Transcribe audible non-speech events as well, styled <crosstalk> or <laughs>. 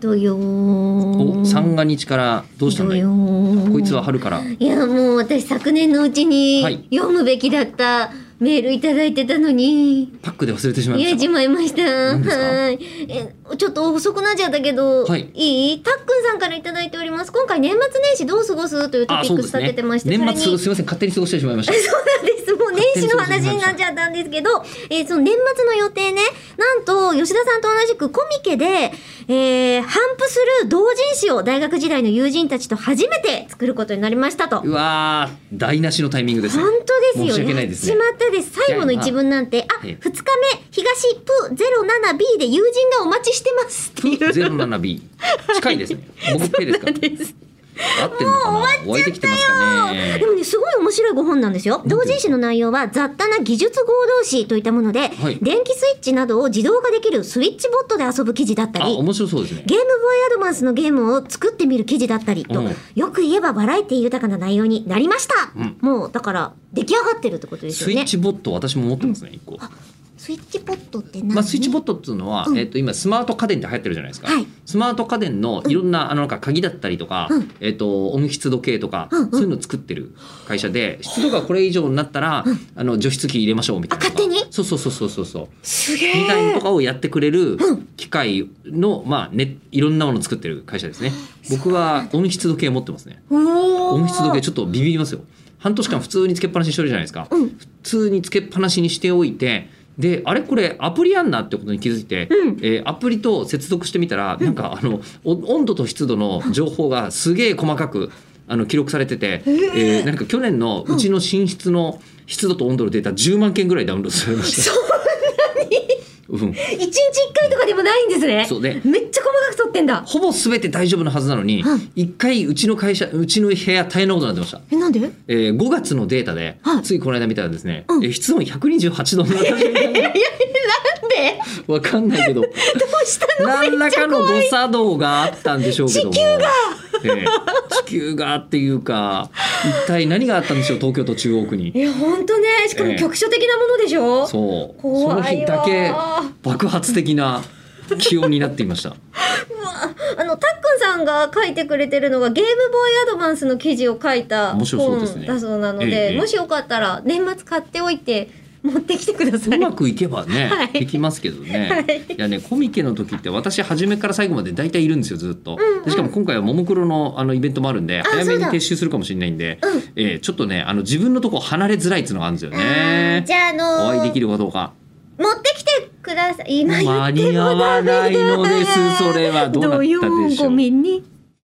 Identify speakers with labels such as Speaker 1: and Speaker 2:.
Speaker 1: 土曜
Speaker 2: お三が日からどうしたんだいこいつは春から
Speaker 1: いやもう私昨年のうち
Speaker 2: はい
Speaker 1: に読むべきだったメールいただいてたのに、
Speaker 2: パックで忘れてしま
Speaker 1: い、
Speaker 2: い
Speaker 1: や
Speaker 2: まし
Speaker 1: じまいました
Speaker 2: 何ですか
Speaker 1: はいえちょっと遅くなっちゃったけど、
Speaker 2: はい
Speaker 1: いいたっくんさんからいただいております今回年末年始どう過ごすというト
Speaker 2: たあ
Speaker 1: ピ
Speaker 2: そ
Speaker 1: ッ
Speaker 2: う
Speaker 1: ク
Speaker 2: で
Speaker 1: ス
Speaker 2: す
Speaker 1: 立
Speaker 2: ね
Speaker 1: ててまして
Speaker 2: 年
Speaker 1: それに
Speaker 2: 末すみません勝手に過ごしてしまいました
Speaker 1: そうなんです。もう年始の話になっちゃったんですけど、えーその年末の予定ね、なんと、吉田さんと同じくコミケで、えー、反布する同人誌を大学時代の友人たちと初めて作ることになりましたと。
Speaker 2: うわー台無しのタイミングですね
Speaker 1: 本当ですよ。
Speaker 2: 申し訳ないです
Speaker 1: や
Speaker 2: ね
Speaker 1: っちまったです。最後の一文なんて、あ、
Speaker 2: ええ
Speaker 1: 2日目、東プ 07B で友人がお待ちしてますっていう。
Speaker 2: ゼロ七 B 近いですね僕ペですか
Speaker 1: <laughs>
Speaker 2: ら
Speaker 1: です
Speaker 2: 合ってんのかなお会いできてますか
Speaker 1: で
Speaker 2: ね
Speaker 1: もね、すごい面白いご本なんですよ。同人誌の内容は雑多な技術合同誌といったもので、
Speaker 2: はい
Speaker 1: 電気スイッチなどを自動化できるスイッチボットで遊ぶ記事だった
Speaker 2: あ
Speaker 1: り、
Speaker 2: 面白そうですね
Speaker 1: ゲームボーイアドバンスのゲームを作ってみる記事だったりと、
Speaker 2: うん
Speaker 1: よく言えばバラエティ豊かな内容になりました、
Speaker 2: うん
Speaker 1: もう、だから、出来上がってるってことです
Speaker 2: ス
Speaker 1: よ
Speaker 2: イッ
Speaker 1: ね。
Speaker 2: チボット私も持ってますね一個
Speaker 1: スイッチボットって何、
Speaker 2: まあ、スイッチボ
Speaker 1: ッ
Speaker 2: ットっていうのは、
Speaker 1: うん
Speaker 2: えっと今スマート家電って流行ってるじゃないですか、
Speaker 1: はい
Speaker 2: スマート家電のいろんな,、あのなんか鍵だったりとか、
Speaker 1: うん
Speaker 2: えっと温湿度計とか、
Speaker 1: うんうん
Speaker 2: そういうのを作ってる会社で湿度がこれ以上になったら、あの除湿機入れましょうみたいなとか
Speaker 1: あ勝手に
Speaker 2: そうそうそうそうそうそう
Speaker 1: すげ
Speaker 2: みたいなのと
Speaker 1: え
Speaker 2: かをやってくれ
Speaker 1: う
Speaker 2: る
Speaker 1: ん
Speaker 2: 機械の、まあね、いろんなものを作ってる会社ですね僕は温湿度計持ってますね
Speaker 1: お
Speaker 2: 温湿度計
Speaker 1: ょ
Speaker 2: ちょっとビビりますよ半年間普通につけっぱなしにしてるじゃないですか、
Speaker 1: うん
Speaker 2: 普通につけっぱなしにしておいてであれこれアプリやんなってことに気づいて、
Speaker 1: うん
Speaker 2: えーアプリと接続してみたら、なんかあのお温度と湿度の情報がすげえ細かくあの記録されてて、え
Speaker 1: ー
Speaker 2: ーなんか去年のうちの寝室の湿度と温度のデータ10万件ぐらいダウンロードさ
Speaker 1: <laughs>
Speaker 2: れました。うん、
Speaker 1: 一日一回とかでもないんですね
Speaker 2: そうね
Speaker 1: めっちゃ細かく撮ってんだ
Speaker 2: ほぼ全て大丈夫なはずなのに
Speaker 1: うん
Speaker 2: 一、回うちの会社うちの部屋大変なことになってました。
Speaker 1: えなんで
Speaker 2: えー、5月のデータで、
Speaker 1: はい
Speaker 2: ついこの間見たらですね、
Speaker 1: うん
Speaker 2: えー室温128度の
Speaker 1: <laughs>
Speaker 2: 中で
Speaker 1: なんで
Speaker 2: わかん
Speaker 1: <laughs>
Speaker 2: ないけど
Speaker 1: どうしたの
Speaker 2: 何らかの誤作動があったんでしょうけども地球が、えー地球がっていうか一体何があったんでしょう東京都中央区に
Speaker 1: え、本当ね、しか
Speaker 2: え
Speaker 1: も
Speaker 2: え
Speaker 1: 局所的なものでしょ、
Speaker 2: そうそ
Speaker 1: <laughs> 怖い
Speaker 2: の
Speaker 1: わ
Speaker 2: 日だけ爆発的な気温になってい
Speaker 1: <laughs>
Speaker 2: ました
Speaker 1: うわあの、たっくんさんが書いてくれてるのが、ゲームボーイアドバンスの記事を書いた
Speaker 2: 面白そうですね
Speaker 1: 本だそうなので、
Speaker 2: ええ
Speaker 1: もしよかったら、年末買っておいて、持ってきてくださ
Speaker 2: う
Speaker 1: い。
Speaker 2: まくいけばね、
Speaker 1: はい
Speaker 2: い、できますけどね、、
Speaker 1: はい
Speaker 2: やねコミケの時って私初めから最後まで大体いるんですよずっと、でしかも今回はももクロのあのイベントもあるんで
Speaker 1: そうだ
Speaker 2: 早めに撤収するかもしれないんで、
Speaker 1: うん
Speaker 2: えーちょっとねあの自分のとこ離れづらいっていうのがあるんですよね
Speaker 1: あーじゃあ、あの
Speaker 2: お会いでき
Speaker 1: 持
Speaker 2: るかどうか
Speaker 1: ってきてください。今言
Speaker 2: 間
Speaker 1: って
Speaker 2: に合
Speaker 1: も
Speaker 2: わ
Speaker 1: ダ
Speaker 2: ない
Speaker 1: メだ
Speaker 2: のですそれはどうなったでしょ
Speaker 1: ご
Speaker 2: う
Speaker 1: めんね。